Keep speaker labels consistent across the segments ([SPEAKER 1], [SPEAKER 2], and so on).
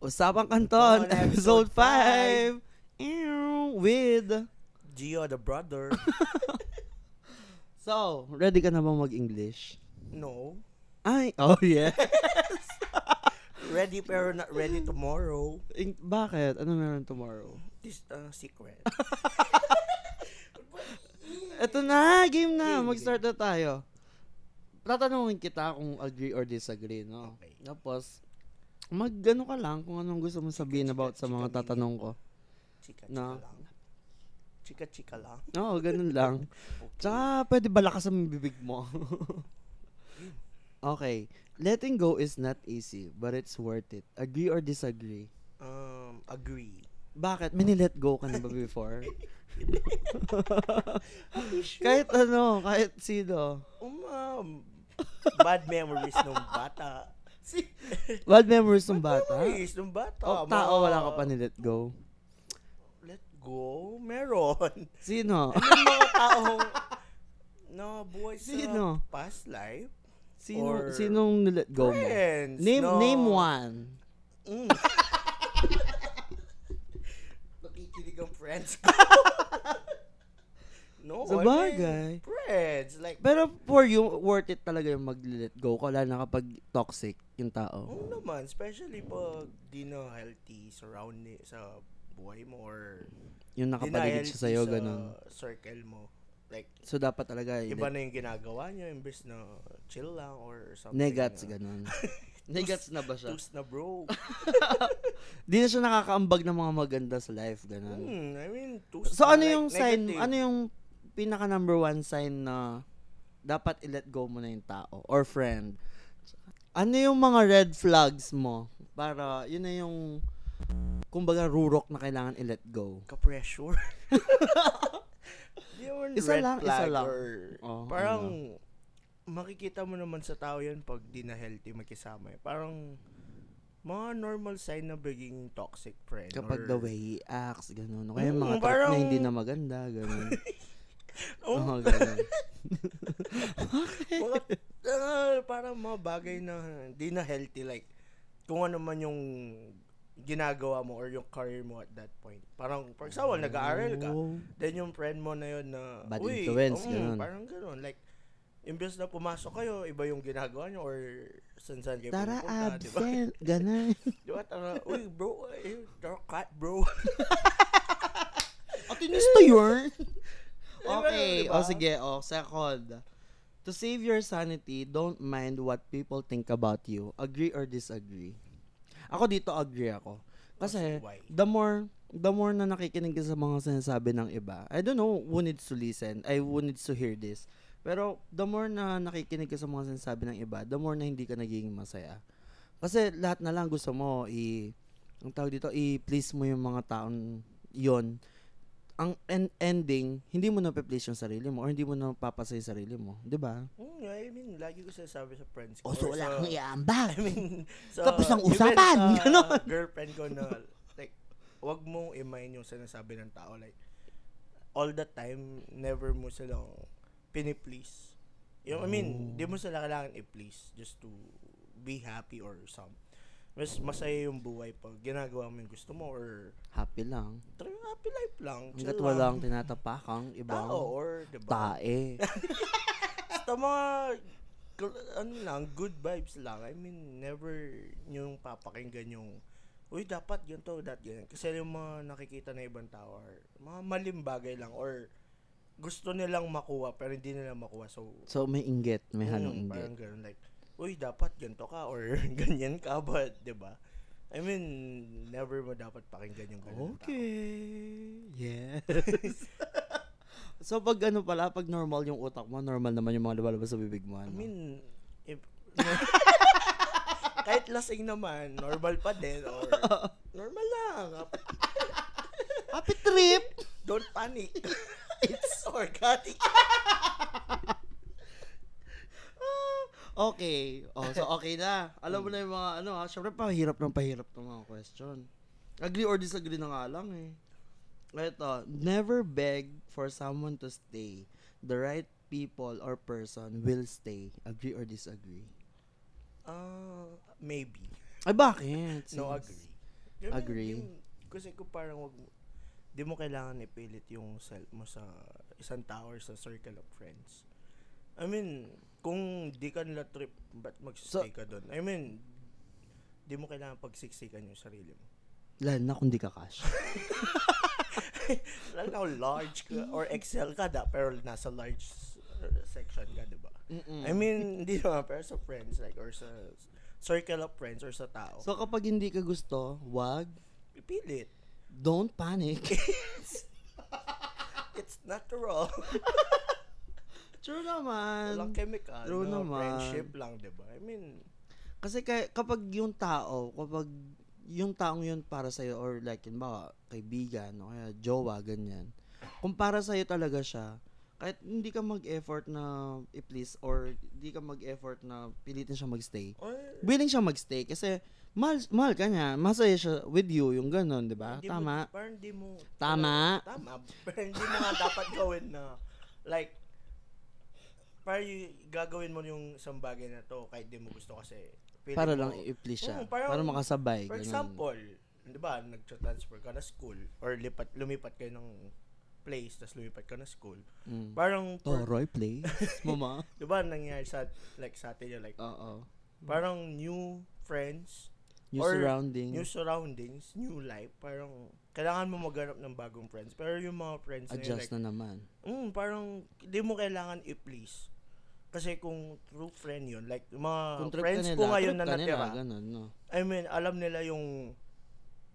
[SPEAKER 1] Usapang Kanton,
[SPEAKER 2] On
[SPEAKER 1] episode
[SPEAKER 2] episode
[SPEAKER 1] 5 with...
[SPEAKER 2] Gio the brother.
[SPEAKER 1] So, ready ka na bang mag-English?
[SPEAKER 2] no.
[SPEAKER 1] Ay, oh yeah.
[SPEAKER 2] Ready pero not ready tomorrow.
[SPEAKER 1] In- bakit? Ano meron tomorrow?
[SPEAKER 2] This uh, secret.
[SPEAKER 1] Eto na, game na.
[SPEAKER 2] Game,
[SPEAKER 1] Mag-start na tayo. Tatanungin kita kung agree or disagree, no?
[SPEAKER 2] Okay.
[SPEAKER 1] Tapos, mag-ano ka lang kung anong gusto mo sabihin about sa mga tatanong ko.
[SPEAKER 2] Chika chika
[SPEAKER 1] No.
[SPEAKER 2] lang. Chika chika lang.
[SPEAKER 1] Oo, ganun lang. Tsaka, pwede ba lakas ang bibig mo? okay. Letting go is not easy, but it's worth it. Agree or disagree?
[SPEAKER 2] Um, agree.
[SPEAKER 1] Bakit? May nilet go ka na ba before? kahit ano, kahit sino.
[SPEAKER 2] Um, um, bad memories nung bata. Si
[SPEAKER 1] Bad memories ng bata.
[SPEAKER 2] memories nung bata.
[SPEAKER 1] O
[SPEAKER 2] Mga-
[SPEAKER 1] tao, wala ka pa nilet go.
[SPEAKER 2] Let go. Meron.
[SPEAKER 1] Sino?
[SPEAKER 2] Yung mga taong no boy sa
[SPEAKER 1] Sino?
[SPEAKER 2] past life.
[SPEAKER 1] Sino,
[SPEAKER 2] Or-
[SPEAKER 1] sinong nilet go mo?
[SPEAKER 2] Friends.
[SPEAKER 1] Name,
[SPEAKER 2] no.
[SPEAKER 1] name one.
[SPEAKER 2] Mm. Nakikinig ang friends ko. no,
[SPEAKER 1] Sa
[SPEAKER 2] I mean,
[SPEAKER 1] bagay.
[SPEAKER 2] friends. Like,
[SPEAKER 1] Pero for you, worth it talaga yung mag-let go. Kala na kapag toxic yung tao.
[SPEAKER 2] oo oh naman, especially pag di na healthy surrounding sa buhay mo or
[SPEAKER 1] Yung
[SPEAKER 2] di na
[SPEAKER 1] nakapaligid
[SPEAKER 2] healthy
[SPEAKER 1] siya sa'yo,
[SPEAKER 2] sa
[SPEAKER 1] ganun.
[SPEAKER 2] circle mo. Like,
[SPEAKER 1] So, dapat talaga eh,
[SPEAKER 2] iba
[SPEAKER 1] yung
[SPEAKER 2] na yung ginagawa niya imbes na chill lang or something.
[SPEAKER 1] negats,
[SPEAKER 2] na-
[SPEAKER 1] ganun. negats na ba siya?
[SPEAKER 2] Tus na bro.
[SPEAKER 1] Di na siya nakakaambag ng mga maganda sa life, ganun.
[SPEAKER 2] Hmm, I mean, tus
[SPEAKER 1] So,
[SPEAKER 2] na,
[SPEAKER 1] ano
[SPEAKER 2] like,
[SPEAKER 1] yung sign,
[SPEAKER 2] negative.
[SPEAKER 1] ano yung pinaka number one sign na dapat i-let go mo na yung tao or friend? Ano yung mga red flags mo para yun na yung kumbaga rurok na kailangan i-let go?
[SPEAKER 2] ka-pressure. yun,
[SPEAKER 1] Isa
[SPEAKER 2] red
[SPEAKER 1] lang, isa
[SPEAKER 2] flag
[SPEAKER 1] lang.
[SPEAKER 2] Or,
[SPEAKER 1] Oh,
[SPEAKER 2] parang, makikita mo naman sa tao yan pag di na healthy makisama. eh. Parang, mga normal sign na being toxic friend.
[SPEAKER 1] Kapag the
[SPEAKER 2] or,
[SPEAKER 1] way he acts, ganun. O Kaya
[SPEAKER 2] Mm,
[SPEAKER 1] mga trip na
[SPEAKER 2] parang-
[SPEAKER 1] hindi na maganda, ganun.
[SPEAKER 2] Oh,
[SPEAKER 1] Oo, ganun.
[SPEAKER 2] mga, ah, parang mga bagay na di na healthy. Like, kung ano man yung ginagawa mo or yung career mo at that point. Parang, for example, nag-aaral ka.
[SPEAKER 1] Oo.
[SPEAKER 2] Then yung friend mo na yun na,
[SPEAKER 1] Bad influence,
[SPEAKER 2] mm,
[SPEAKER 1] ganun.
[SPEAKER 2] parang ganun. Like, imbes na pumasok kayo, iba yung ginagawa nyo or san-san kayo
[SPEAKER 1] Tara,
[SPEAKER 2] pupunta, di ba?
[SPEAKER 1] absent. Ganun.
[SPEAKER 2] Di ba? Tara, uy, bro, eh, tara, cut, bro.
[SPEAKER 1] Atinis to yun.
[SPEAKER 2] Diba,
[SPEAKER 1] okay,
[SPEAKER 2] diba?
[SPEAKER 1] o sige, o second. To save your sanity, don't mind what people think about you. Agree or disagree? Ako dito agree ako. Kasi
[SPEAKER 2] Kasi Oh, why?
[SPEAKER 1] the more the more na nakikinig ka sa mga sinasabi ng iba, I don't know who needs to listen, I who needs to hear this. Pero the more na nakikinig ka sa mga sinasabi ng iba, the more na hindi ka nagiging masaya. Kasi lahat na lang gusto mo i ang tawag dito, i-please mo yung mga taong yon. Ang en- ending, hindi mo na-please yung sarili mo or hindi mo napapasa yung sarili mo, 'di ba?
[SPEAKER 2] Mm, I mean, lagi ko sinasabi sa friends
[SPEAKER 1] O
[SPEAKER 2] ko.
[SPEAKER 1] Oh, so
[SPEAKER 2] or
[SPEAKER 1] wala
[SPEAKER 2] sa-
[SPEAKER 1] kang iaambag.
[SPEAKER 2] ah. I mean, sa,
[SPEAKER 1] Tapos ang
[SPEAKER 2] even
[SPEAKER 1] usapan,
[SPEAKER 2] sa
[SPEAKER 1] ganun.
[SPEAKER 2] girlfriend ko na, like, wag mong imayin yung sinasabi ng tao. Like, all the time, never mo silang piniplease. Yung,
[SPEAKER 1] Oh.
[SPEAKER 2] I mean, di mo sila kailangan i-please just to be happy or some. Mas masaya yung buhay pag ginagawa mo yung gusto mo or
[SPEAKER 1] Happy lang.
[SPEAKER 2] try happy life lang.
[SPEAKER 1] Hanggat
[SPEAKER 2] chill
[SPEAKER 1] walang
[SPEAKER 2] lang.
[SPEAKER 1] tinatapakang ibang
[SPEAKER 2] tao or, di ba?
[SPEAKER 1] tae.
[SPEAKER 2] Basta mga, gl- ano lang, good vibes lang. I mean, never yung papakinggan yung, uy, dapat ganito, that ganyan. Kasi yung mga nakikita na ibang tao are mga maling bagay lang or gusto nilang makuha pero hindi nila makuha. So,
[SPEAKER 1] So may inggit, may halong
[SPEAKER 2] mm,
[SPEAKER 1] inggit.
[SPEAKER 2] Parang ganun, like, uy, dapat ganito ka or ganyan ka, but, di ba? I mean, never mo dapat pakinggan yung ganun. ng tao.
[SPEAKER 1] Okay. Yes. so pag ano pala, pag normal yung utak mo, normal naman yung mga lumalabas sa bibig mo. Ano?
[SPEAKER 2] I mean, if, kahit lasing naman, normal pa din or normal lang.
[SPEAKER 1] happy trip!
[SPEAKER 2] Don't panic. It's organic.
[SPEAKER 1] Ah, okay. Oh, so okay na. Alam mo na yung mga ano ha. Siyempre, pahirap ng pahirap ng mga question. Agree or disagree na nga lang eh. Ito, never beg for someone to stay. The right people or person will stay? Agree or disagree?
[SPEAKER 2] Ah, maybe.
[SPEAKER 1] Ay, bakit?
[SPEAKER 2] No,
[SPEAKER 1] Sis?
[SPEAKER 2] agree. Ganun
[SPEAKER 1] Agree.
[SPEAKER 2] yung- kasi ko parang wag mo- di mo kailangan ipilit yung self mo sa isang tao or sa circle of friends. I mean, kung di ka nila trip, ba't magsistay ka doon? I mean, di mo kailangan pagsiksikan yung sarili mo.
[SPEAKER 1] Lalo na kung di ka cash.
[SPEAKER 2] Lalo na kung large ka or excel ka da, pero nasa large s- section ka, di ba?
[SPEAKER 1] Mm.
[SPEAKER 2] I mean, hindi naman, pero sa friends, like, or sa circle of friends or sa tao,
[SPEAKER 1] so, kapag hindi ka gusto, wag,
[SPEAKER 2] ipilit.
[SPEAKER 1] don't panic.
[SPEAKER 2] It's natural.
[SPEAKER 1] True naman.
[SPEAKER 2] Walang chemical.
[SPEAKER 1] True
[SPEAKER 2] no?
[SPEAKER 1] naman.
[SPEAKER 2] Friendship lang, di ba? I mean,
[SPEAKER 1] Kasi kay, kapag yung tao, kapag yung taong yun para sa'yo or like yun ba, kaibigan o kaya jowa, ganyan. Kung para sa'yo talaga siya, kahit hindi ka mag-effort na i-please or hindi ka mag-effort na pilitin siya magstay,
[SPEAKER 2] or,
[SPEAKER 1] willing siya magstay kasi mahal, mahal ka niya, masaya siya with you, yung ganun, di ba?
[SPEAKER 2] hindi
[SPEAKER 1] Diba? Tama.
[SPEAKER 2] Mo, parang di mo,
[SPEAKER 1] Tama.
[SPEAKER 2] tama. Parang hindi mo nga dapat gawin na, like, parang yung, gagawin mo yung isang bagay na to kahit di mo gusto kasi. feeling
[SPEAKER 1] Para
[SPEAKER 2] mo-
[SPEAKER 1] lang i-please siya.
[SPEAKER 2] Oo, parang-
[SPEAKER 1] para makasabay.
[SPEAKER 2] For
[SPEAKER 1] ganun.
[SPEAKER 2] example, di ba, nag-transfer ka na school or lipat, lumipat kayo ng place tapos lumipat ka na school.
[SPEAKER 1] Mm.
[SPEAKER 2] Parang, for,
[SPEAKER 1] Toroy, please. Mama.
[SPEAKER 2] di ba, nangyari sa, like, sa atin yun, like,
[SPEAKER 1] Oo.
[SPEAKER 2] parang new friends,
[SPEAKER 1] New
[SPEAKER 2] Or
[SPEAKER 1] surrounding.
[SPEAKER 2] new surroundings, new life, parang kailangan mo maghanap ng bagong friends. Pero yung mga friends na yun,
[SPEAKER 1] adjust
[SPEAKER 2] like,
[SPEAKER 1] na naman.
[SPEAKER 2] mm, parang di mo kailangan i-please. Kasi kung true friend yun, like yung mga
[SPEAKER 1] Kung trip
[SPEAKER 2] uh, friends
[SPEAKER 1] ka nila,
[SPEAKER 2] ko ngayon
[SPEAKER 1] trip
[SPEAKER 2] na
[SPEAKER 1] ka nila,
[SPEAKER 2] natira,
[SPEAKER 1] ganun, no?
[SPEAKER 2] I mean, alam nila yung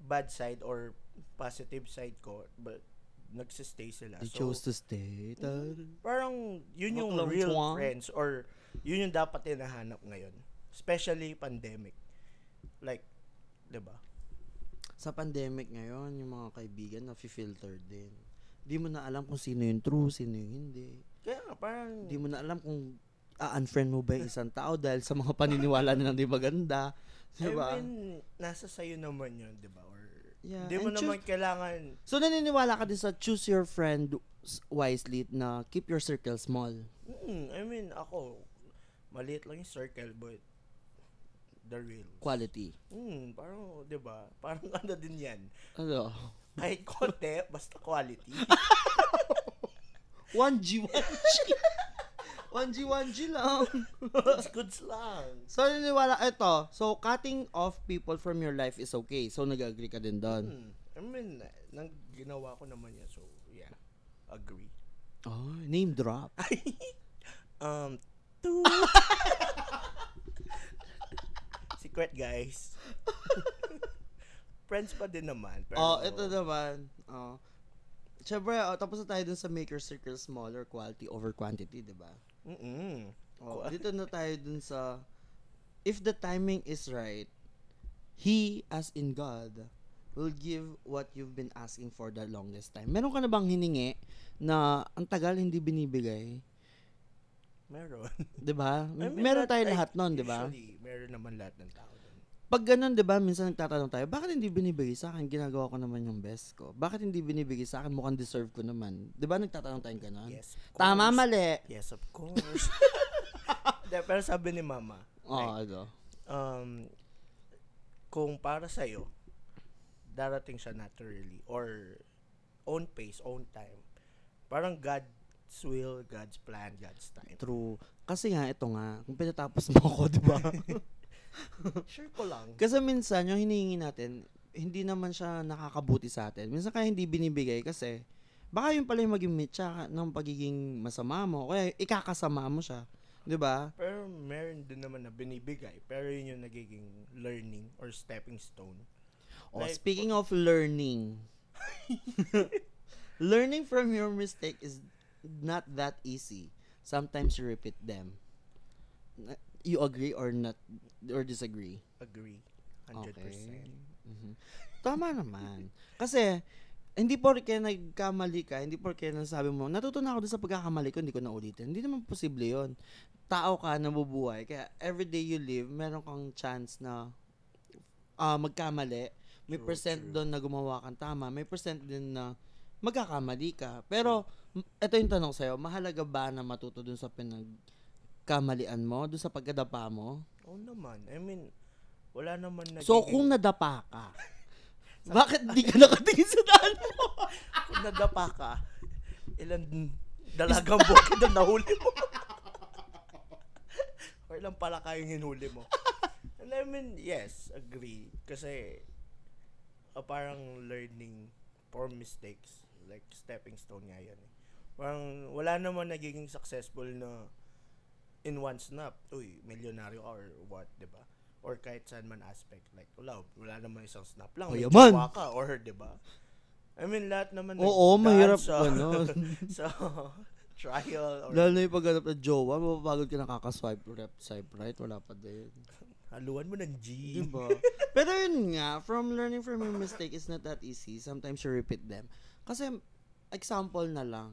[SPEAKER 2] bad side or positive side ko, but nagsistay sila.
[SPEAKER 1] They
[SPEAKER 2] Ah, So, Mm.
[SPEAKER 1] chose to stay. Tar-
[SPEAKER 2] parang yun yung
[SPEAKER 1] Baklang
[SPEAKER 2] real
[SPEAKER 1] tuwang.
[SPEAKER 2] friends or yun yung dapat tinahanap ngayon. Especially pandemic. Like, di ba?
[SPEAKER 1] Sa pandemic ngayon, yung mga kaibigan na filter din. Di mo na alam kung sino yung true, sino yung hindi.
[SPEAKER 2] Kaya nga, parang...
[SPEAKER 1] Di mo na alam kung a-unfriend mo ba yung isang tao dahil sa mga paniniwala nilang di maganda. Di ba?
[SPEAKER 2] I mean, nasa sayo naman yun, di ba? Or,
[SPEAKER 1] Yeah,
[SPEAKER 2] di mo
[SPEAKER 1] and
[SPEAKER 2] naman kailangan,
[SPEAKER 1] So, naniniwala ka din sa choose your friend s- wisely na keep your circle small.
[SPEAKER 2] Mm, I mean, ako, maliit lang yung circle, but the real.
[SPEAKER 1] Quality.
[SPEAKER 2] Mm, parang, di ba? Parang ano din yan.
[SPEAKER 1] Ano?
[SPEAKER 2] Kahit konti, basta quality.
[SPEAKER 1] 1G, 1G. 1G, 1G lang.
[SPEAKER 2] goods, goods lang.
[SPEAKER 1] So, naniniwala, ito. So, cutting off people from your life is okay. So, nag-agree ka din doon.
[SPEAKER 2] Mm, I mean, nang ginawa ko naman yan, so, yeah. Agree.
[SPEAKER 1] Oh, name drop.
[SPEAKER 2] Um, two. Secret, guys. Friends pa din naman. Pero,
[SPEAKER 1] oh, ito naman. Oh. Siyempre, oh, tapos na tayo dun sa make your circle smaller, quality over quantity, di ba?
[SPEAKER 2] Mm-mm.
[SPEAKER 1] Oh,
[SPEAKER 2] Qua-
[SPEAKER 1] dito na tayo dun sa, if the timing is right, He, as in God, will give what you've been asking for the longest time. Meron ka na bang hiningi na ang tagal hindi binibigay?
[SPEAKER 2] Meron.
[SPEAKER 1] 'Di ba?
[SPEAKER 2] I mean,
[SPEAKER 1] Meron
[SPEAKER 2] not
[SPEAKER 1] tayo
[SPEAKER 2] like-
[SPEAKER 1] lahat nun, 'di ba?
[SPEAKER 2] Usually, meron naman lahat ng tao doon.
[SPEAKER 1] Pag ganun, di ba, minsan nagtatanong tayo, bakit hindi binibigay sa akin? Ginagawa ko naman yung best ko. Bakit hindi binibigay sa akin? Mukhang deserve ko naman. Di ba, nagtatanong tayong ganun?
[SPEAKER 2] Yes, of
[SPEAKER 1] Tama,
[SPEAKER 2] course.
[SPEAKER 1] mali.
[SPEAKER 2] Yes, of course. De, pero sabi ni mama,
[SPEAKER 1] Oo,
[SPEAKER 2] like,
[SPEAKER 1] ano.
[SPEAKER 2] um, kung para sa'yo, darating siya naturally or own pace, own time. Parang God's will, God's plan, God's time.
[SPEAKER 1] True. Kasi nga, ito nga, kung pinatapos mo ako, di ba?
[SPEAKER 2] Sure ko lang.
[SPEAKER 1] kasi minsan, yung hinihingi natin, hindi naman siya nakakabuti sa atin. Minsan kaya hindi binibigay kasi baka yun pala yung maging mitya ng pagiging masama mo. Kaya ikakasama mo siya. Di ba?
[SPEAKER 2] Pero meron din naman na binibigay. Pero yun yung nagiging learning or stepping stone.
[SPEAKER 1] Oh,
[SPEAKER 2] Like,
[SPEAKER 1] speaking of learning. learning from your mistake is not that easy. Sometimes you repeat them. Na- You agree or not or disagree?
[SPEAKER 2] Agree. 100%.
[SPEAKER 1] Mhm. Tama naman. Kasi hindi porke nagkamali ka, hindi porke nasabi mo, natuto na ako dun sa pagkakamali ko, hindi ko na ulitin. Hindi naman posible yon Tao ka, nabubuhay. Kaya everyday you live, meron kang chance na ah, magkamali. May
[SPEAKER 2] True,
[SPEAKER 1] percent
[SPEAKER 2] true.
[SPEAKER 1] doon na gumawa kang tama. May percent din na magkakamali ka. Pero M- Ito yung tanong sa'yo, mahalaga ba na matuto dun sa pinagkamalian mo, dun sa pagkadapa mo?
[SPEAKER 2] Oo naman. I mean, wala naman nagiging...
[SPEAKER 1] So, kung nadapa ka, bakit di ka nakatingin sa daan mo?
[SPEAKER 2] Kung nadapa ka, ilan dalagang bukid ang nahuli mo? Or ilang palaka yung hinuli mo? And I mean, yes, agree. Kasi, ah, parang learning for mistakes. Like, stepping stone nga yan. eh. Parang, wala naman nagiging successful na in one snap, uy, milyonaryo ka or what, di ba? Or kahit saan man aspect. Like, wala, wala naman isang snap
[SPEAKER 1] O,
[SPEAKER 2] lang. May
[SPEAKER 1] yaman!
[SPEAKER 2] jowa ka or, di ba? I mean, lahat naman
[SPEAKER 1] Oo,
[SPEAKER 2] nagdaan
[SPEAKER 1] mahirap
[SPEAKER 2] sa,
[SPEAKER 1] ganun.
[SPEAKER 2] sa trial or
[SPEAKER 1] Lalo na yung paghanap ng jowa, mapapagod ka nakaka-swipe left, swipe right, wala pa din.
[SPEAKER 2] haluan mo ng G.
[SPEAKER 1] Diba? Pero yun nga, from learning from your mistake is not that easy. Sometimes you repeat them. Kasi, example na lang.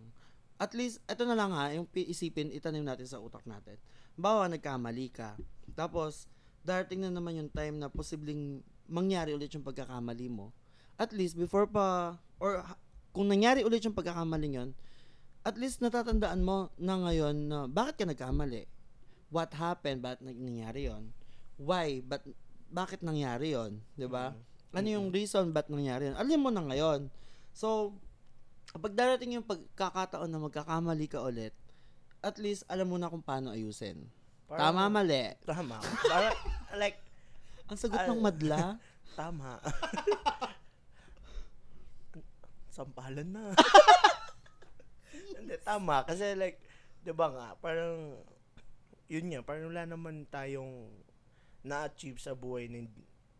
[SPEAKER 1] At least, ito na lang ha, yung pi- isipin, itanim natin sa utak natin. Bawa, nagkamali ka. Tapos, darating na naman yung time na posibleng mangyari ulit yung pagkakamali mo. At least, before pa, or ha- kung nangyari ulit yung pagkakamali yun, at least natatandaan mo na ngayon na bakit ka nagkamali? What happened? Bakit nag- nangyari yon? Why? But bakit nangyari yon? 'Di ba?
[SPEAKER 2] Mm-hmm.
[SPEAKER 1] Ano yung reason ba't nangyari yon? Alam mo na ngayon. So, kapag darating yung pagkakataon na magkakamali ka ulit, at least alam mo na kung paano ayusin.
[SPEAKER 2] Parang-
[SPEAKER 1] Tama, mali.
[SPEAKER 2] Tama. Para, like,
[SPEAKER 1] Ang sagot
[SPEAKER 2] Ah.
[SPEAKER 1] ng madla,
[SPEAKER 2] tama. Sampalan na. Hindi, tama. Kasi like, di ba nga, parang, yun nga, parang wala naman tayong na-achieve sa buhay ng,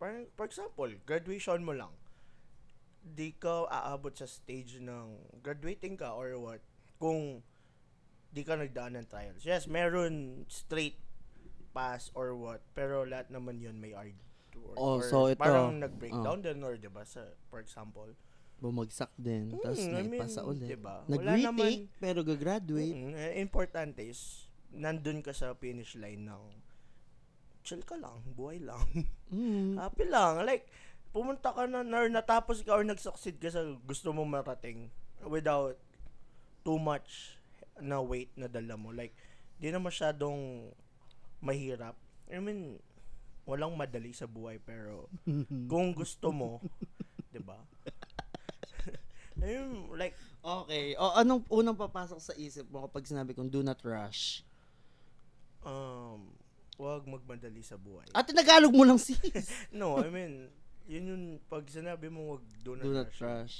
[SPEAKER 2] parang, for example, graduation mo lang, di ka aabot sa stage ng graduating ka or what, kung di ka nagdaan ng trials. Yes, meron straight pass or what, pero lahat naman yun may arg
[SPEAKER 1] Oh, so ito- oh.
[SPEAKER 2] Parang nag-breakdown din or di ba, sa, for example,
[SPEAKER 1] bumagsak din. Tapos
[SPEAKER 2] Mm, I mean,
[SPEAKER 1] naipasa ulit.
[SPEAKER 2] diba? Wala
[SPEAKER 1] Nag-retake, pero gagraduate.
[SPEAKER 2] Mm, eh, importante is, nandun ka sa finish line ng chill ka lang, buhay lang,
[SPEAKER 1] Mm.
[SPEAKER 2] happy lang. Like, pumunta ka na, or natapos ka or nag-succeed ka sa gusto mong marating without too much na weight na dala mo. Like, di na masyadong mahirap. I mean, walang madali sa buhay pero kung gusto mo, 'di ba? I mean, like
[SPEAKER 1] Okay. O anong unang papasok sa isip mo kapag sinabi kong do not rush?
[SPEAKER 2] um wag magmadali sa buhay.
[SPEAKER 1] At tinagalog mo lang sis.
[SPEAKER 2] No, I mean, yun yung pag sinabi mo wag do not,
[SPEAKER 1] do not
[SPEAKER 2] rush.
[SPEAKER 1] rush.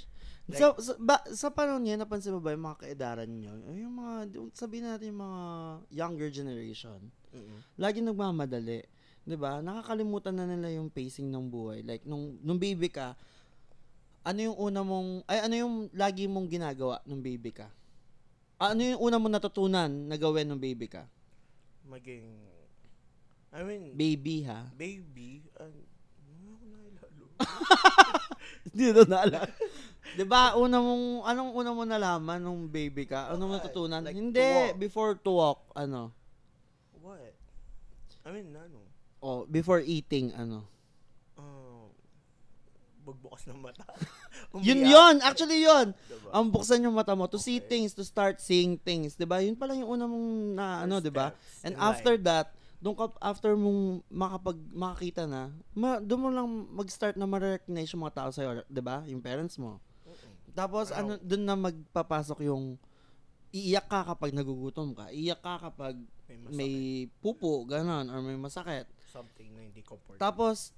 [SPEAKER 2] Like-
[SPEAKER 1] sa, sa, ba, sa panahon niya, napansin mo ba yung mga kaedaran niyo? Yung mga, yung- sabihin natin yung mga younger generation.
[SPEAKER 2] Mm-mm.
[SPEAKER 1] lagi nagmamadali. 'Di ba? Nakakalimutan na nila yung pacing ng buhay. Like nung nung baby ka, ano yung una mong ay ano yung lagi mong ginagawa nung baby ka? Ah, Ano yung una mong natutunan na gawin nung baby ka?
[SPEAKER 2] Maging I mean,
[SPEAKER 1] Baby ha.
[SPEAKER 2] baby, an- ano ako naalala?
[SPEAKER 1] Hindi na naalala. 'Di ba? Una mong anong una mong nalaman nung baby ka? Ano
[SPEAKER 2] Ah,
[SPEAKER 1] mong natutunan?
[SPEAKER 2] like
[SPEAKER 1] Hindi,
[SPEAKER 2] to walk.
[SPEAKER 1] before to walk, ano?
[SPEAKER 2] What? I mean, ano?
[SPEAKER 1] Oh, before eating, ano?
[SPEAKER 2] Um, magbukas ng mata.
[SPEAKER 1] Yun Um,
[SPEAKER 2] Umiyak,
[SPEAKER 1] yun, actually yun.
[SPEAKER 2] diba?
[SPEAKER 1] Ang buksan yung mata mo to see
[SPEAKER 2] Okay.
[SPEAKER 1] things, to start seeing things, 'di ba? Yun pala yung una mong na ano, 'di ba?
[SPEAKER 2] steps
[SPEAKER 1] And
[SPEAKER 2] in life.
[SPEAKER 1] after that, doon ka after mong makapag makakita na, ma, doon mo lang mag-start na ma-recognize yung mga tao sa'yo, 'di ba? Yung parents mo.
[SPEAKER 2] Mm-mm.
[SPEAKER 1] Tapos
[SPEAKER 2] Wow.
[SPEAKER 1] ano, doon na magpapasok yung iiyak ka kapag nagugutom ka, iiyak ka kapag
[SPEAKER 2] may,
[SPEAKER 1] may
[SPEAKER 2] masakit,
[SPEAKER 1] pupo, ganon, or may masakit.
[SPEAKER 2] something na hindi comfortable.
[SPEAKER 1] Tapos,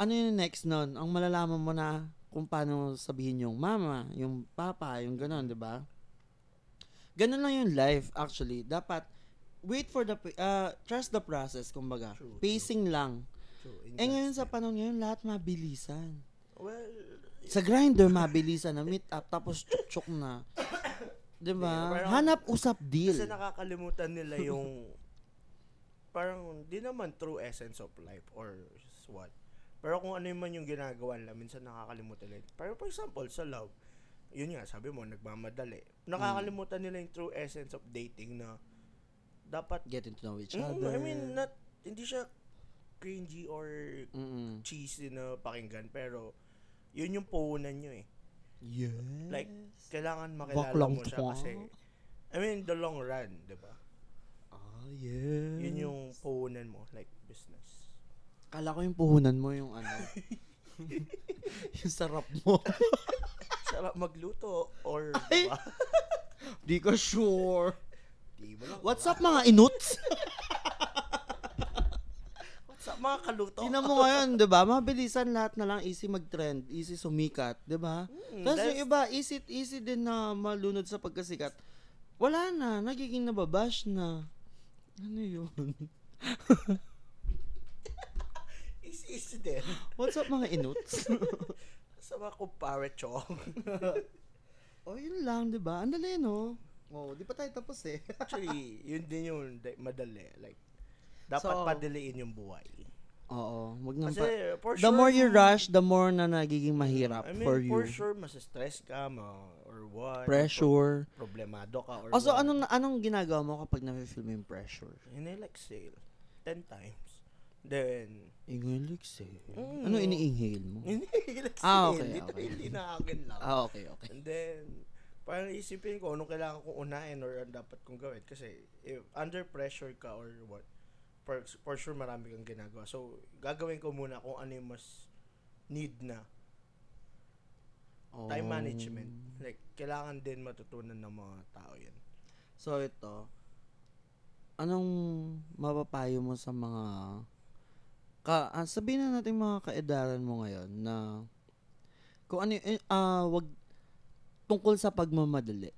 [SPEAKER 1] ano yung next nun? Ang malalaman mo na kung paano sabihin yung mama, yung papa, yung ganon, di ba? Ganon lang yung life, actually. Dapat, wait for the, pa- uh, trust the process, kumbaga.
[SPEAKER 2] True, true.
[SPEAKER 1] Pacing lang.
[SPEAKER 2] So,
[SPEAKER 1] Eh
[SPEAKER 2] in that
[SPEAKER 1] ngayon sa
[SPEAKER 2] step-
[SPEAKER 1] panahon ngayon, lahat mabilisan.
[SPEAKER 2] Well,
[SPEAKER 1] Sa grinder, mabilisan na meet up, tapos chok-chok na. Di ba?
[SPEAKER 2] Pero-
[SPEAKER 1] Hanap usap deal.
[SPEAKER 2] kasi nakakalimutan nila yung parang di naman true essence of life or s- what. Pero kung ano yung man yung ginagawa nila, minsan nakakalimutan nila. Pero for example, sa love, yun nga, sabi mo, nagmamadali. Nakakalimutan nila yung true essence of dating na dapat,
[SPEAKER 1] Getting to know each
[SPEAKER 2] Mm,
[SPEAKER 1] other.
[SPEAKER 2] I mean, not, hindi siya cringy or
[SPEAKER 1] Mm-mm.
[SPEAKER 2] cheesy na pakinggan, pero yun yung puhunan nyo eh.
[SPEAKER 1] Yes.
[SPEAKER 2] Like, kailangan makilala
[SPEAKER 1] Baklang
[SPEAKER 2] mo siya
[SPEAKER 1] twa.
[SPEAKER 2] kasi I mean, the long run, di ba?
[SPEAKER 1] Ah, yeah.
[SPEAKER 2] Yun yung puhunan mo, like business.
[SPEAKER 1] Kala ko yung puhunan mo yung ano. yung sarap mo.
[SPEAKER 2] Sarap magluto or di ba?
[SPEAKER 1] Di ka sure.
[SPEAKER 2] Di ba lang?
[SPEAKER 1] What's up mga inuts?
[SPEAKER 2] What's up, mga kaluto?
[SPEAKER 1] Tingnan mo ngayon, 'di ba? Mabilisan lahat na lang easy mag-trend, easy sumikat, 'di ba?
[SPEAKER 2] Mm,
[SPEAKER 1] Tapos
[SPEAKER 2] that's-
[SPEAKER 1] yung iba, easy easy din na malunod sa pagkasikat. Wala na, nagiging nababash na. Ano yun?
[SPEAKER 2] Is-is din.
[SPEAKER 1] What's up mga inuts?
[SPEAKER 2] Sa mga kumpare chong.
[SPEAKER 1] oh, yun lang, 'di ba? Ang dali no. Oh, di pa tayo tapos eh.
[SPEAKER 2] Actually, yun din yung like, madali. Like, dapat
[SPEAKER 1] So-
[SPEAKER 2] padaliin yung buhay.
[SPEAKER 1] Oo, wag nang pa-
[SPEAKER 2] Kasi, for
[SPEAKER 1] The
[SPEAKER 2] sure,
[SPEAKER 1] more you rush, the more na nagiging mahirap
[SPEAKER 2] I mean,
[SPEAKER 1] for you.
[SPEAKER 2] for sure, mas-stress ka, ma, or what.
[SPEAKER 1] Pressure.
[SPEAKER 2] or Problemado ka, or
[SPEAKER 1] Also, ano-
[SPEAKER 2] what.
[SPEAKER 1] anong anong ginagawa mo kapag nafe-feel mo yung pressure?
[SPEAKER 2] And I like sale. Ten times. Then,
[SPEAKER 1] Inhale, exhale.
[SPEAKER 2] Mm.
[SPEAKER 1] Ano ini-inhale mo?
[SPEAKER 2] hindi like sale.
[SPEAKER 1] Ah, okay,
[SPEAKER 2] Dito,
[SPEAKER 1] okay.
[SPEAKER 2] hindi na akin lang.
[SPEAKER 1] Ah, okay, okay.
[SPEAKER 2] And then, parang isipin ko anong kailangan kong unahin or ang dapat kong gawin. Kasi, if under pressure ka or what, for, for sure marami kang ginagawa. So, gagawin ko muna kung ano yung mas need na. Time
[SPEAKER 1] Oh.
[SPEAKER 2] management. Like, kailangan din matutunan ng mga tao yan.
[SPEAKER 1] So, ito. Anong mapapayo mo sa mga ka ah, sabihin na natin mga kaedaran mo ngayon na kung ano y- eh, ah wag tungkol sa pagmamadali.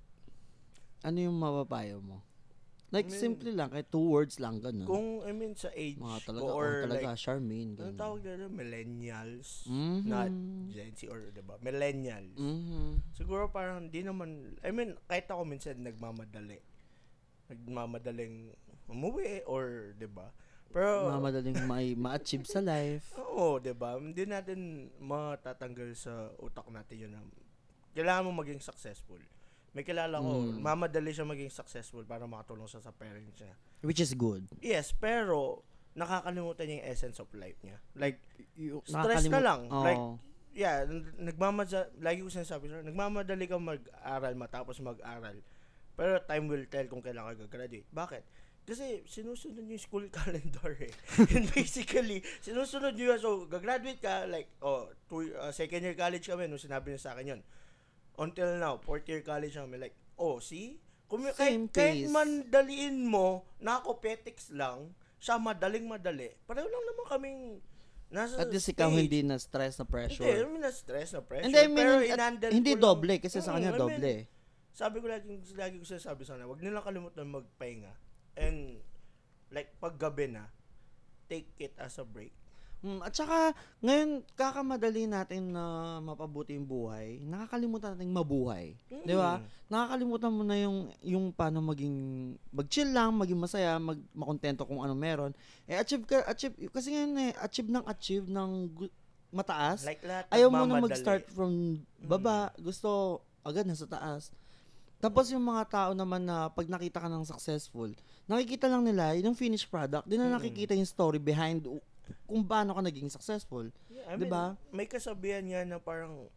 [SPEAKER 1] Ano yung mapapayo mo? Like
[SPEAKER 2] I mean,
[SPEAKER 1] simple lang, kahit two words lang ganun.
[SPEAKER 2] Kung, I mean, sa age
[SPEAKER 1] mga
[SPEAKER 2] ko
[SPEAKER 1] talaga,
[SPEAKER 2] or
[SPEAKER 1] oh, talaga,
[SPEAKER 2] like,
[SPEAKER 1] Charmaine. ganun.
[SPEAKER 2] anong tawag nila? Millennials.
[SPEAKER 1] Mhm.
[SPEAKER 2] Not Gen Z or, diba? Millennials.
[SPEAKER 1] Mhm.
[SPEAKER 2] Siguro parang hindi naman, I mean, kahit ako minsan nagmamadali. Nagmamadaling umuwi or, di ba? Pero,
[SPEAKER 1] Mamadaling may ma-achieve sa life.
[SPEAKER 2] oo, di ba? Hindi natin matatanggal sa utak natin yun. na Kailangan mo maging successful. May kilala ko,
[SPEAKER 1] Mm.
[SPEAKER 2] mamadali siya maging successful para makatulong siya sa parents niya.
[SPEAKER 1] Which is good.
[SPEAKER 2] Yes, pero nakakalimutan niya yung essence of life niya. Like, stress
[SPEAKER 1] Nakakalimut-
[SPEAKER 2] na lang.
[SPEAKER 1] Oo.
[SPEAKER 2] Like, yeah, n- nagmamada, lagi ko sinasabi sir, nagmamadali kang mag-aral matapos mag-aral. Pero time will tell kung kailan ka gagraduate. Bakit? Kasi sinusunod yung school calendar eh. And basically, sinusunod yun. So, gagraduate ka, like, oh, two, uh, second year college kami, nung sinabi niya sa akin yun. Until now, fourth year college kami, like, oh, see? Kung
[SPEAKER 1] Same
[SPEAKER 2] kahit, kahit
[SPEAKER 1] pace.
[SPEAKER 2] mandaliin mo, na ako petics lang, siya madaling madali. Pareho lang naman kaming nasa
[SPEAKER 1] at least ikaw
[SPEAKER 2] stage.
[SPEAKER 1] hindi na stress na
[SPEAKER 2] eh, Hindi,
[SPEAKER 1] pressure.
[SPEAKER 2] I mean, na-stress, na-pressure.
[SPEAKER 1] And I mean,
[SPEAKER 2] pero
[SPEAKER 1] at-
[SPEAKER 2] in-handle
[SPEAKER 1] hindi
[SPEAKER 2] ko lang.
[SPEAKER 1] doble kasi sa
[SPEAKER 2] Mm, I
[SPEAKER 1] kanya
[SPEAKER 2] mean,
[SPEAKER 1] doble. eh.
[SPEAKER 2] Sabi ko lagi, lagi ko sinasabi sa kanya, huwag nilang kalimutan magpahinga. And, like, pag gabi na, take it as a break.
[SPEAKER 1] Mm, at saka ngayon kakamadali natin na mapabuti yung buhay. Nakakalimutan natin mabuhay. 'Di ba? Nakakalimutan mo na yung yung paano maging mag-chill lang, maging masaya, mag makontento kung ano meron. Eh achieve ka achieve kasi ngayon eh, achieve ng achieve ng gu- mataas.
[SPEAKER 2] Like lahat
[SPEAKER 1] ayaw mo na
[SPEAKER 2] nagmamadali. Mm.
[SPEAKER 1] mag-start from baba. Gusto agad nasa taas. Tapos yung mga tao naman na pag nakita ka ng successful, nakikita lang nila yung finished product. Di na nakikita yung story behind u- kung paano ka naging successful.
[SPEAKER 2] Yeah, I
[SPEAKER 1] 'Di
[SPEAKER 2] mean,
[SPEAKER 1] ba?
[SPEAKER 2] May kasabihan nga na parang,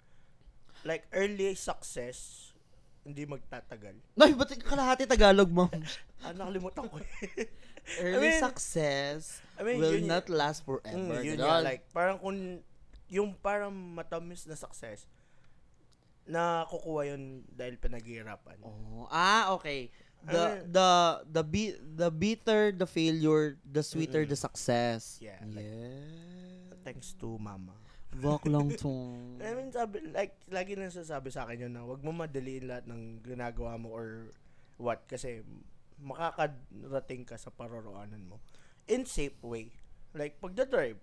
[SPEAKER 2] like, early success, hindi magtatagal.
[SPEAKER 1] Nay, ba't kalahati Tagalog mo?
[SPEAKER 2] Ah, nakalimutan ko eh.
[SPEAKER 1] Early
[SPEAKER 2] mean-
[SPEAKER 1] success
[SPEAKER 2] I mean,
[SPEAKER 1] will
[SPEAKER 2] yun
[SPEAKER 1] not last forever.
[SPEAKER 2] Mm, yun
[SPEAKER 1] Ganon.
[SPEAKER 2] yun, like, parang kung, yung parang matamis na success, na kukuha yun dahil pinaghihirapan.
[SPEAKER 1] Oh, ah, okay. The
[SPEAKER 2] Ano-
[SPEAKER 1] the the bi- the bitter the failure, the sweeter the success.
[SPEAKER 2] Yeah, like-
[SPEAKER 1] Yeah.
[SPEAKER 2] Thanks to mama.
[SPEAKER 1] Wag lang tong.
[SPEAKER 2] I mean, sabi, like, lagi nang sasabi sa akin yun na huwag mo madaliin lahat ng ginagawa mo or what kasi makakarating ka sa paroroonan mo in safe way. Like, pagdadrive,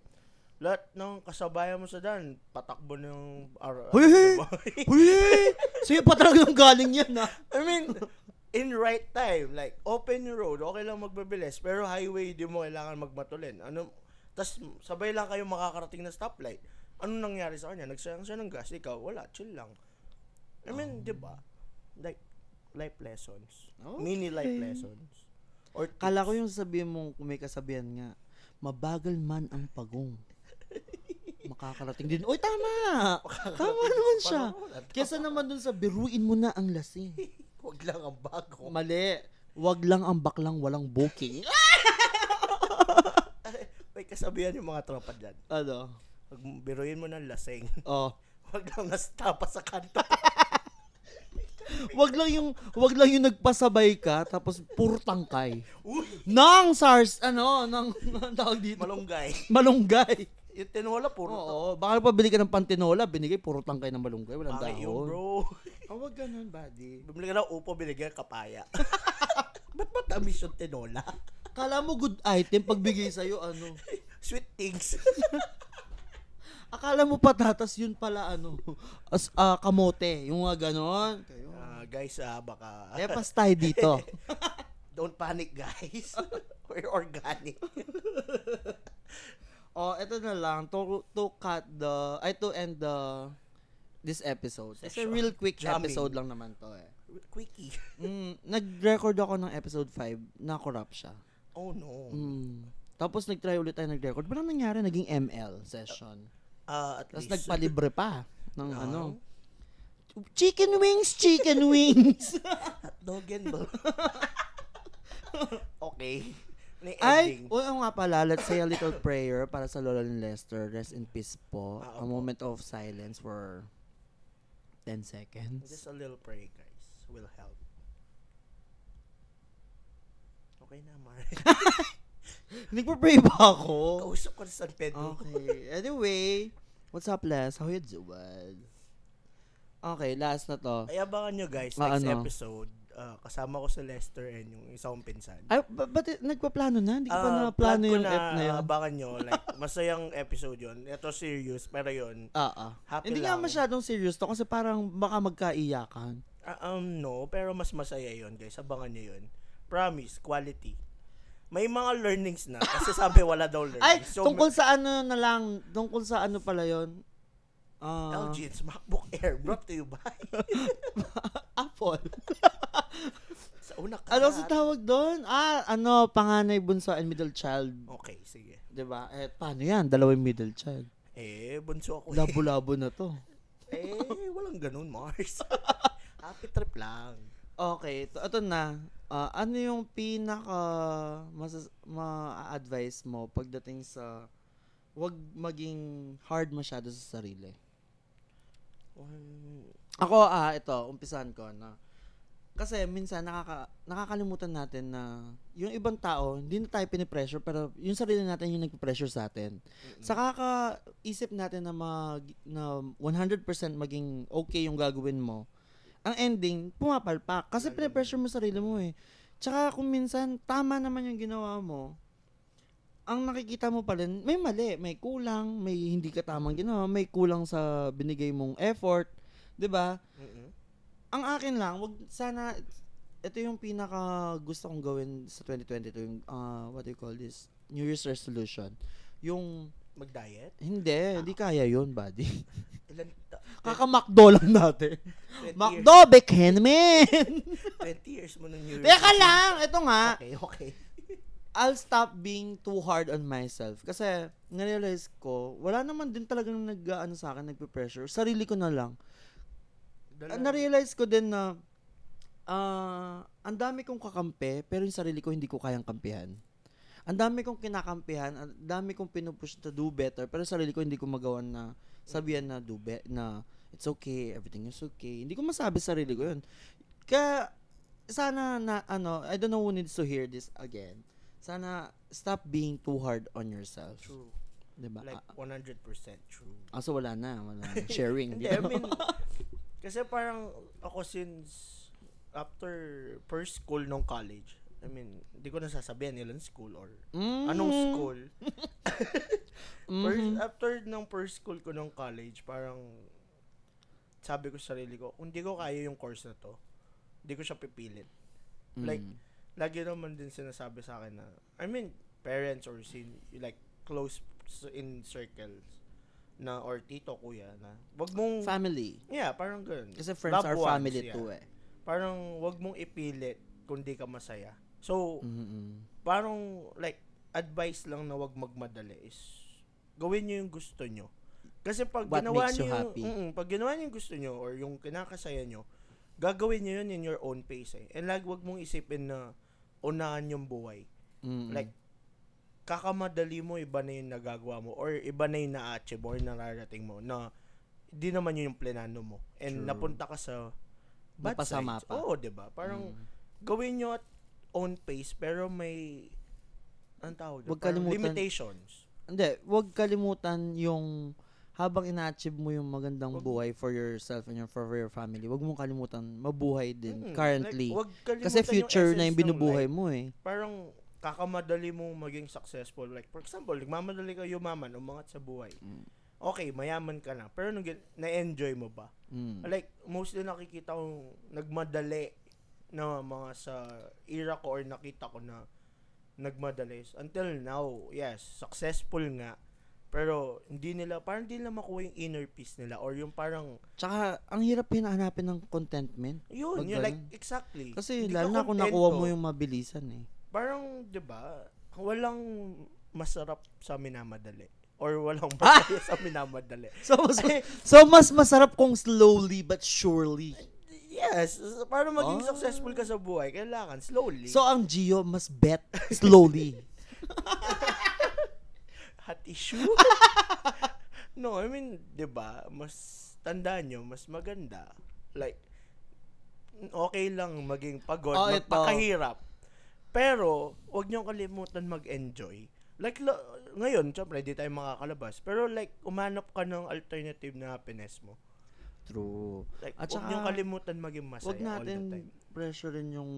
[SPEAKER 2] lahat ng kasabayan mo sa daan, patakbo na yung... ar-
[SPEAKER 1] Hoy, hoy!
[SPEAKER 2] diba?
[SPEAKER 1] Uy! Sa'yo pa talagang galing yan, ah. ha?
[SPEAKER 2] I mean, in right time, like, open yung road, okay lang magbabilis, pero highway, di mo kailangan magmatulin. Ano, tas sabay lang kayo makakarating na stoplight. Ano nangyari sa kanya? Nagsayang siya ng gas, ikaw, wala, chill lang. I mean, di ba? Like, life lessons. Mini life lessons. Or
[SPEAKER 1] Kala ko yung sabihin mong kung may kasabihan nga, mabagal man ang pagong. Makakarating din. Uy, tama! Tama naman siya. Kesa naman dun sa biruin mo na ang lasing.
[SPEAKER 2] Huwag lang ang bago.
[SPEAKER 1] Mali. Wag lang ang baklang walang booking.
[SPEAKER 2] May kasabihan yung mga tropa dyan.
[SPEAKER 1] ano?
[SPEAKER 2] Huwag mo- biruin mo ng laseng.
[SPEAKER 1] Oh.
[SPEAKER 2] Huwag lang nastapa sa kanto.
[SPEAKER 1] Wag lang yung wag lang yung nagpasabay ka tapos puro tangkay.
[SPEAKER 2] Uy!
[SPEAKER 1] Nang SARS ano nang nang tawag dito.
[SPEAKER 2] Malunggay.
[SPEAKER 1] malunggay.
[SPEAKER 2] Yung tinola, puro
[SPEAKER 1] Oo, baka pabili ka ng pantinola, binigay puro tangkay ng malunggay, walang
[SPEAKER 2] Pangit yun,
[SPEAKER 1] dahon.
[SPEAKER 2] bro.
[SPEAKER 1] Oh, wag ganun, buddy.
[SPEAKER 2] Bumili ka ng upo, binigyan ng kapaya. Ba't ba tamis yung tinola?
[SPEAKER 1] Kala mo good item pagbigay sa'yo, ano?
[SPEAKER 2] Sweet things.
[SPEAKER 1] Akala mo patatas, yun pala, ano? As, ah, kamote, yung mga ganon.
[SPEAKER 2] Ah, guys, ah, baka...
[SPEAKER 1] Eh, pas tayo dito.
[SPEAKER 2] Don't panic, guys. We're organic.
[SPEAKER 1] oh, eto na lang, to, to cut the, ay, to end the, this episode. It's a
[SPEAKER 2] Session.
[SPEAKER 1] real quick
[SPEAKER 2] Jamming.
[SPEAKER 1] episode lang naman to, eh.
[SPEAKER 2] Quickie.
[SPEAKER 1] Mm, nag-record ako ng episode 5, na-corrupt siya.
[SPEAKER 2] Oh, no.
[SPEAKER 1] Mm. Tapos nag-try ulit tayo nag-record. Walang nangyari, naging ML session.
[SPEAKER 2] Ah, at
[SPEAKER 1] Tapos
[SPEAKER 2] least.
[SPEAKER 1] nagpalibre pa ng
[SPEAKER 2] Ah.
[SPEAKER 1] ano. Chicken wings, chicken wings.
[SPEAKER 2] Hotdog and ball. okay. May
[SPEAKER 1] Ay, Oh!
[SPEAKER 2] ending.
[SPEAKER 1] oo nga pala, let's say a little prayer para sa lola ni Lester. Rest in peace po. a
[SPEAKER 2] Ah, opo.
[SPEAKER 1] moment of silence for 10 seconds.
[SPEAKER 2] Just a little pray, guys. Will help. Okay na, Mar.
[SPEAKER 1] Nagpa-pray ba ako?
[SPEAKER 2] Kausap ko na San
[SPEAKER 1] Oh!
[SPEAKER 2] Pedro.
[SPEAKER 1] Okay. Anyway, what's up, Les? How you doing? Okay, last na to.
[SPEAKER 2] Ay, abangan nyo, guys.
[SPEAKER 1] Ah,
[SPEAKER 2] Next
[SPEAKER 1] ano?
[SPEAKER 2] episode, ah, kasama ko si Lester and yung isa kong pinsan.
[SPEAKER 1] Ay, ba- ba't eh, nagpaplano na? Hindi ko pa
[SPEAKER 2] Ah,
[SPEAKER 1] na-plano
[SPEAKER 2] plan ko
[SPEAKER 1] yung app na yun.
[SPEAKER 2] Abangan nyo. Like, masayang episode yun. Ito serious, pero yun.
[SPEAKER 1] Ah, ah.
[SPEAKER 2] Happy
[SPEAKER 1] Hindi
[SPEAKER 2] lang.
[SPEAKER 1] nga masyadong serious to kasi parang baka magkaiyakan.
[SPEAKER 2] Ah, um, no, pero mas masaya yun, guys. Abangan nyo yun. Promise, quality. May mga learnings na. Kasi sabi wala daw learnings.
[SPEAKER 1] Ay,
[SPEAKER 2] So,
[SPEAKER 1] tungkol sa ano na lang, tungkol sa ano pala yon Ah,
[SPEAKER 2] LG, it's MacBook Air brought to you by
[SPEAKER 1] Apple.
[SPEAKER 2] sa una ka.
[SPEAKER 1] ano sa tawag doon? Ah, ano, panganay, bunso, and middle child.
[SPEAKER 2] Okay, sige.
[SPEAKER 1] 'Di ba? Eh, paano yan? Dalawang middle child.
[SPEAKER 2] Eh, bunso ako. eh.
[SPEAKER 1] Labo-labo na to.
[SPEAKER 2] eh, walang ganun, Mars. Happy trip lang.
[SPEAKER 1] Okay, to, ito na. Ah, ano yung pinaka masas- ma-advise mo pagdating sa wag maging hard masyado sa sarili?
[SPEAKER 2] Um,
[SPEAKER 1] Ako, ah, ito, umpisan ko na. Kasi minsan nakaka, nakakalimutan natin na yung ibang tao, hindi na tayo pinipressure, pero yung sarili natin yung nagpipressure sa atin. Sa kakaisip natin na, mag, na 100% maging okay yung gagawin mo, ang ending, pumapalpak. Kasi pinipressure mo sarili mo eh. Tsaka kung minsan, tama naman yung ginawa mo, ang nakikita mo pa rin, may mali, may kulang, may hindi ka tamang ginawa, may kulang sa binigay mong effort, 'di ba?
[SPEAKER 2] mm-mm.
[SPEAKER 1] Ang akin lang, wag sana ito yung pinaka gusto kong gawin sa 2022 yung ah, what do you call this? New Year's resolution. Yung
[SPEAKER 2] Mag-diet?
[SPEAKER 1] hindi, hindi kaya yun, buddy.
[SPEAKER 2] Ilan? ta-
[SPEAKER 1] Kaka-McDo lang natin.
[SPEAKER 2] 20 years,
[SPEAKER 1] McDo, Beckhen, man!
[SPEAKER 2] 20 years mo nung New Year's.
[SPEAKER 1] Teka lang! ah. Ito nga,
[SPEAKER 2] Okay, okay.
[SPEAKER 1] I'll stop being too hard on myself. Kasi, narealize ko, wala naman din talagang nag-ano sa akin, nagpe-pressure. Sarili ko na lang. Ah, narealize ko din na ah, ang dami kong kakampi pero yung sarili ko hindi ko kayang kampihan. Ang dami kong kinakampihan, ang dami kong pinupush to do better pero sarili ko hindi ko magawa na sabihan na do be- na it's okay, everything is okay. Hindi ko masabi sa sarili ko yun. Kaya sana na ano, I don't know who needs to hear this again. Sana stop being too hard on yourself.
[SPEAKER 2] True.
[SPEAKER 1] 'Di ba?
[SPEAKER 2] Like,
[SPEAKER 1] Ah,
[SPEAKER 2] 100% true.
[SPEAKER 1] ah, so wala na, wala na. Sharing.
[SPEAKER 2] Hindi,
[SPEAKER 1] you
[SPEAKER 2] I
[SPEAKER 1] know?
[SPEAKER 2] mean, kasi parang ako since after first school nung college, I mean, hindi ko nasasabihan ilan school or
[SPEAKER 1] Mm.
[SPEAKER 2] anong school. First,
[SPEAKER 1] Mhm.
[SPEAKER 2] after nung first school ko nung college, parang sabi ko sa sarili ko, "Kung hindi ko kaya yung course na to, hindi ko siya pipilit. Like,
[SPEAKER 1] Mm.
[SPEAKER 2] lagi naman din sinasabi sa akin na, I mean, parents or sin, like, close s- in circles na or tito kuya na wag mong
[SPEAKER 1] family.
[SPEAKER 2] yeah parang ganun
[SPEAKER 1] Kasi friends
[SPEAKER 2] Loved
[SPEAKER 1] are
[SPEAKER 2] ones,
[SPEAKER 1] family
[SPEAKER 2] yeah.
[SPEAKER 1] too eh.
[SPEAKER 2] parang wag mong ipilit kung di ka masaya. So,
[SPEAKER 1] mm
[SPEAKER 2] parang like advice lang na wag magmadali is gawin niyo yung gusto niyo. Kasi pag
[SPEAKER 1] What
[SPEAKER 2] ginawa
[SPEAKER 1] makes you
[SPEAKER 2] niyo yung-
[SPEAKER 1] happy?
[SPEAKER 2] Mm, pag ginawa niyo yung gusto niyo or yung kinakasaya niyo, gagawin nyo yun in your own pace eh. And like, wag mong isipin na unahan yung buhay.
[SPEAKER 1] Mm-mm.
[SPEAKER 2] Like, kakamadali mo, iba na yung nagagawa mo or iba na yung na-achieve or nararating mo na di naman yun yung plenano mo.
[SPEAKER 1] True.
[SPEAKER 2] And napunta ka sa bad
[SPEAKER 1] Napasama pa.
[SPEAKER 2] sides.
[SPEAKER 1] Mm.
[SPEAKER 2] Oo, di ba? Parang gawin nyo at own pace pero may ang tawag doon?
[SPEAKER 1] Huwag
[SPEAKER 2] Parang
[SPEAKER 1] kalimutan-
[SPEAKER 2] limitations.
[SPEAKER 1] Mm. Hindi, huwag kalimutan yung habang ina-achieve mo yung magandang
[SPEAKER 2] Wag-
[SPEAKER 1] buhay for yourself and your, for your family, huwag mong kalimutan mabuhay din
[SPEAKER 2] Mm,
[SPEAKER 1] currently.
[SPEAKER 2] like, wag kalimutan
[SPEAKER 1] Kasi
[SPEAKER 2] yung
[SPEAKER 1] future na
[SPEAKER 2] essence
[SPEAKER 1] yung
[SPEAKER 2] ng
[SPEAKER 1] binubuhay
[SPEAKER 2] life.
[SPEAKER 1] mo eh.
[SPEAKER 2] Parang kakamadali mo maging successful. Like, for example, nagmamadali ka yumaman, umangat sa buhay.
[SPEAKER 1] Mm.
[SPEAKER 2] Okay, mayaman ka na. Pero nung, gin- na-enjoy mo ba?
[SPEAKER 1] Mm.
[SPEAKER 2] Like, mostly nakikita ko nagmadali na mga sa era ko or nakita ko na nagmadali. Until now, yes, successful nga. Pero hindi nila, parang hindi nila makuha yung inner peace nila or yung parang,
[SPEAKER 1] Tsaka, ang hirap hinahanapin ng contentment.
[SPEAKER 2] yun,
[SPEAKER 1] Wag
[SPEAKER 2] yun, like,
[SPEAKER 1] ganun.
[SPEAKER 2] exactly.
[SPEAKER 1] Kasi
[SPEAKER 2] Hindi
[SPEAKER 1] lalo
[SPEAKER 2] ka
[SPEAKER 1] na kung nakuha
[SPEAKER 2] kontento.
[SPEAKER 1] mo yung mabilisan eh.
[SPEAKER 2] Parang, di ba, walang masarap sa minamadali. Or walang masaya sa minamadali.
[SPEAKER 1] So, mas, so mas masarap kung slowly but surely.
[SPEAKER 2] Yes, para maging
[SPEAKER 1] Ah.
[SPEAKER 2] successful ka sa buhay, kailangan slowly.
[SPEAKER 1] So, ang Gio mas bet slowly.
[SPEAKER 2] hot issue? no, I mean, 'di ba? Mas tandaan nyo, mas maganda. Like okay lang maging pagod,
[SPEAKER 1] Oh, ito.
[SPEAKER 2] magpakahirap. Pero 'wag niyo kalimutan mag-enjoy. Like lo- ngayon, syempre di tayo makakalabas, pero like umanap ka ng alternative na happiness mo.
[SPEAKER 1] True.
[SPEAKER 2] Like
[SPEAKER 1] At
[SPEAKER 2] 'wag
[SPEAKER 1] saka,
[SPEAKER 2] niyo kalimutan maging masaya
[SPEAKER 1] Huwag natin
[SPEAKER 2] all the time.
[SPEAKER 1] pressurein yung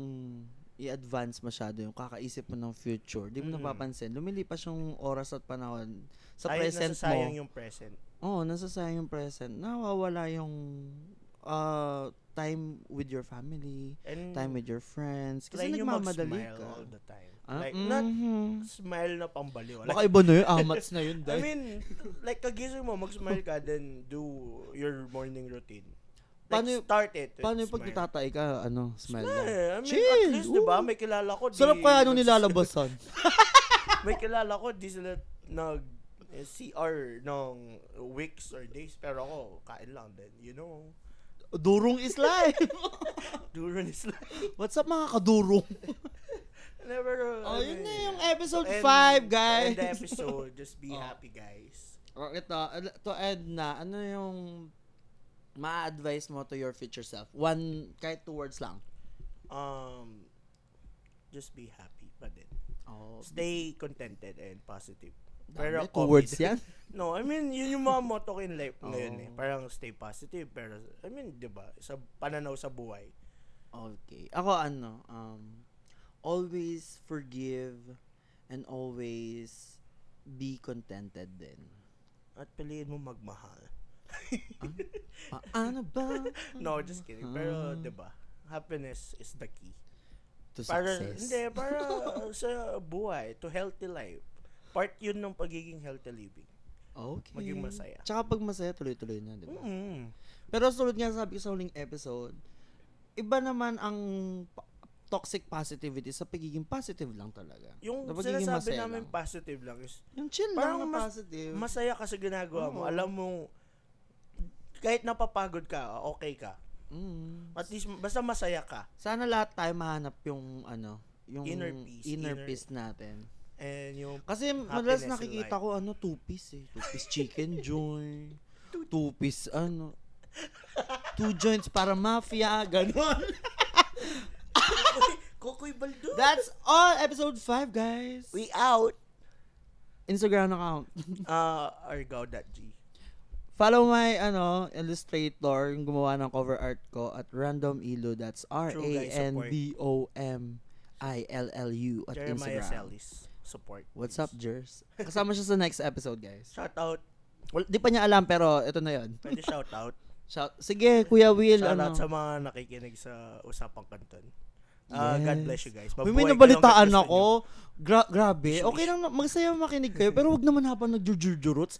[SPEAKER 1] i-advance masyado yung kakaisip mo ng future. Di mo
[SPEAKER 2] Mm.
[SPEAKER 1] napapansin. Lumilipas yung oras at panahon sa
[SPEAKER 2] Sayang-
[SPEAKER 1] present
[SPEAKER 2] nasasayang
[SPEAKER 1] mo.
[SPEAKER 2] yung present.
[SPEAKER 1] Oo, oh, nasasayang yung present. Nawawala yung ah, time with your family,
[SPEAKER 2] And
[SPEAKER 1] time with your friends.
[SPEAKER 2] Mm.
[SPEAKER 1] Kasi
[SPEAKER 2] try nyo
[SPEAKER 1] nagmamadali
[SPEAKER 2] mag-smile
[SPEAKER 1] ka.
[SPEAKER 2] all the time.
[SPEAKER 1] Ah,
[SPEAKER 2] like, not
[SPEAKER 1] mhm.
[SPEAKER 2] smile na pambaliw. Like,
[SPEAKER 1] Baka iba na yun. Amats na yun.
[SPEAKER 2] I
[SPEAKER 1] dahil-
[SPEAKER 2] mean, like kagising mo, mag-smile ka, then do your morning routine. Like,
[SPEAKER 1] Paano yung-
[SPEAKER 2] start it with
[SPEAKER 1] Paano yung pag
[SPEAKER 2] smile.
[SPEAKER 1] natatay ka, ano, smile
[SPEAKER 2] Smile.
[SPEAKER 1] lang.
[SPEAKER 2] I mean,
[SPEAKER 1] Chill,
[SPEAKER 2] at least, di ba,
[SPEAKER 1] oo.
[SPEAKER 2] may kilala ko. Di,
[SPEAKER 1] Sarap kaya nung nilalabasan.
[SPEAKER 2] May kilala ko, di sila nag eh, CR ng weeks or days. Pero ako, kain lang din. You know,
[SPEAKER 1] Durong eh. is life.
[SPEAKER 2] during is life.
[SPEAKER 1] What's up mga kadurong?
[SPEAKER 2] Never,
[SPEAKER 1] Oh,
[SPEAKER 2] ano
[SPEAKER 1] yun na
[SPEAKER 2] eh.
[SPEAKER 1] yung episode
[SPEAKER 2] To
[SPEAKER 1] 5,
[SPEAKER 2] end- to
[SPEAKER 1] guys.
[SPEAKER 2] End the episode. Just be
[SPEAKER 1] Oh.
[SPEAKER 2] happy, guys.
[SPEAKER 1] Oh, ito, to end na, ano yung ma-advise mo to your future self? One, kahit two words lang.
[SPEAKER 2] Um, just be happy pa din.
[SPEAKER 1] Oh,
[SPEAKER 2] Stay contented and positive.
[SPEAKER 1] pero
[SPEAKER 2] Pero
[SPEAKER 1] two
[SPEAKER 2] copy
[SPEAKER 1] words
[SPEAKER 2] din.
[SPEAKER 1] yan.
[SPEAKER 2] No, I mean, yun yung mga motto ko in life
[SPEAKER 1] Oo.
[SPEAKER 2] ngayon eh. Parang stay positive, pero, I mean, di ba, sa pananaw sa buhay.
[SPEAKER 1] Okay. Ako ano, um, always forgive and always be contented din.
[SPEAKER 2] At piliin mo magmahal.
[SPEAKER 1] Paano Ah, ano ba?
[SPEAKER 2] No, just kidding.
[SPEAKER 1] Ah.
[SPEAKER 2] Pero, di ba, happiness is the key.
[SPEAKER 1] To
[SPEAKER 2] Para,
[SPEAKER 1] success.
[SPEAKER 2] hindi, para sa buhay, to healthy life. Part yun ng pagiging healthy living.
[SPEAKER 1] Okay.
[SPEAKER 2] maging masaya.
[SPEAKER 1] Tsaka pag masaya, tuloy-tuloy na, di ba?
[SPEAKER 2] Mm-mm.
[SPEAKER 1] Pero sulit nga sabi ko sa huling episode, iba naman ang pa- toxic positivity sa pagiging positive lang talaga.
[SPEAKER 2] Yung
[SPEAKER 1] Sa pagiging
[SPEAKER 2] sinasabi
[SPEAKER 1] masaya
[SPEAKER 2] namin
[SPEAKER 1] lang.
[SPEAKER 2] positive lang is,
[SPEAKER 1] yung chill
[SPEAKER 2] parang
[SPEAKER 1] lang na
[SPEAKER 2] mas-
[SPEAKER 1] positive.
[SPEAKER 2] masaya ka sa ginagawa mo.
[SPEAKER 1] Oo.
[SPEAKER 2] Alam mo, kahit napapagod ka, okay ka.
[SPEAKER 1] Mm.
[SPEAKER 2] At least, basta masaya ka.
[SPEAKER 1] Sana lahat tayo mahanap yung ano, yung
[SPEAKER 2] Inner peace,
[SPEAKER 1] inner
[SPEAKER 2] inner-
[SPEAKER 1] peace natin.
[SPEAKER 2] And yung
[SPEAKER 1] Kasi madalas
[SPEAKER 2] in
[SPEAKER 1] nakikita
[SPEAKER 2] life.
[SPEAKER 1] ko ano, two-piece eh. Two-piece chicken joint. two-piece ano. Two joints para mafia, ganon.
[SPEAKER 2] Kokoy Baldo.
[SPEAKER 1] That's all episode 5, guys.
[SPEAKER 2] We out.
[SPEAKER 1] Instagram account.
[SPEAKER 2] Uh, argao.g.
[SPEAKER 1] Follow my ano, illustrator, yung gumawa ng cover art ko at Random Ilo. That's R A
[SPEAKER 2] guys,
[SPEAKER 1] N
[SPEAKER 2] support.
[SPEAKER 1] D O M I L L U at
[SPEAKER 2] Jeremiah
[SPEAKER 1] Instagram.
[SPEAKER 2] Celis. Support.
[SPEAKER 1] What's up,
[SPEAKER 2] please.
[SPEAKER 1] Jers? Kasama siya sa next episode, guys.
[SPEAKER 2] Shout out.
[SPEAKER 1] Well, di pa niya alam pero ito na 'yon.
[SPEAKER 2] Pwede shout out.
[SPEAKER 1] Shout. Sige, Kuya Will,
[SPEAKER 2] shout
[SPEAKER 1] ano.
[SPEAKER 2] out sa mga nakikinig sa Usapang Kanton. Ah, God
[SPEAKER 1] Yes.
[SPEAKER 2] bless you guys.
[SPEAKER 1] May
[SPEAKER 2] Mabuhay
[SPEAKER 1] may
[SPEAKER 2] kayo
[SPEAKER 1] nabalitaan
[SPEAKER 2] hanggang gusto
[SPEAKER 1] ako. Gra- grabe.
[SPEAKER 2] Ish,
[SPEAKER 1] Okay
[SPEAKER 2] ish.
[SPEAKER 1] lang, na- magsaya makinig kayo. Pero wag naman habang nagjujurjuruts.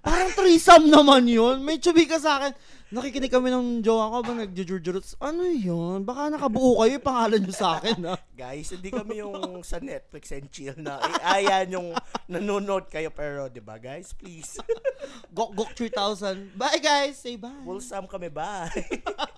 [SPEAKER 1] Parang threesome naman yun. May chubby ka sa akin. Nakikinig kami ng jowa ko habang nagjujurjuruts. Ano yun? Baka nakabuo kayo. Pangalan nyo sa akin, ha?
[SPEAKER 2] nyo. Guys, hindi kami yung sa Netflix and chill na iayan yung nanonood kayo. Pero, di ba guys, please.
[SPEAKER 1] Gok Gok 3000. Bye, guys. Say bye.
[SPEAKER 2] Wholesome kami, bye.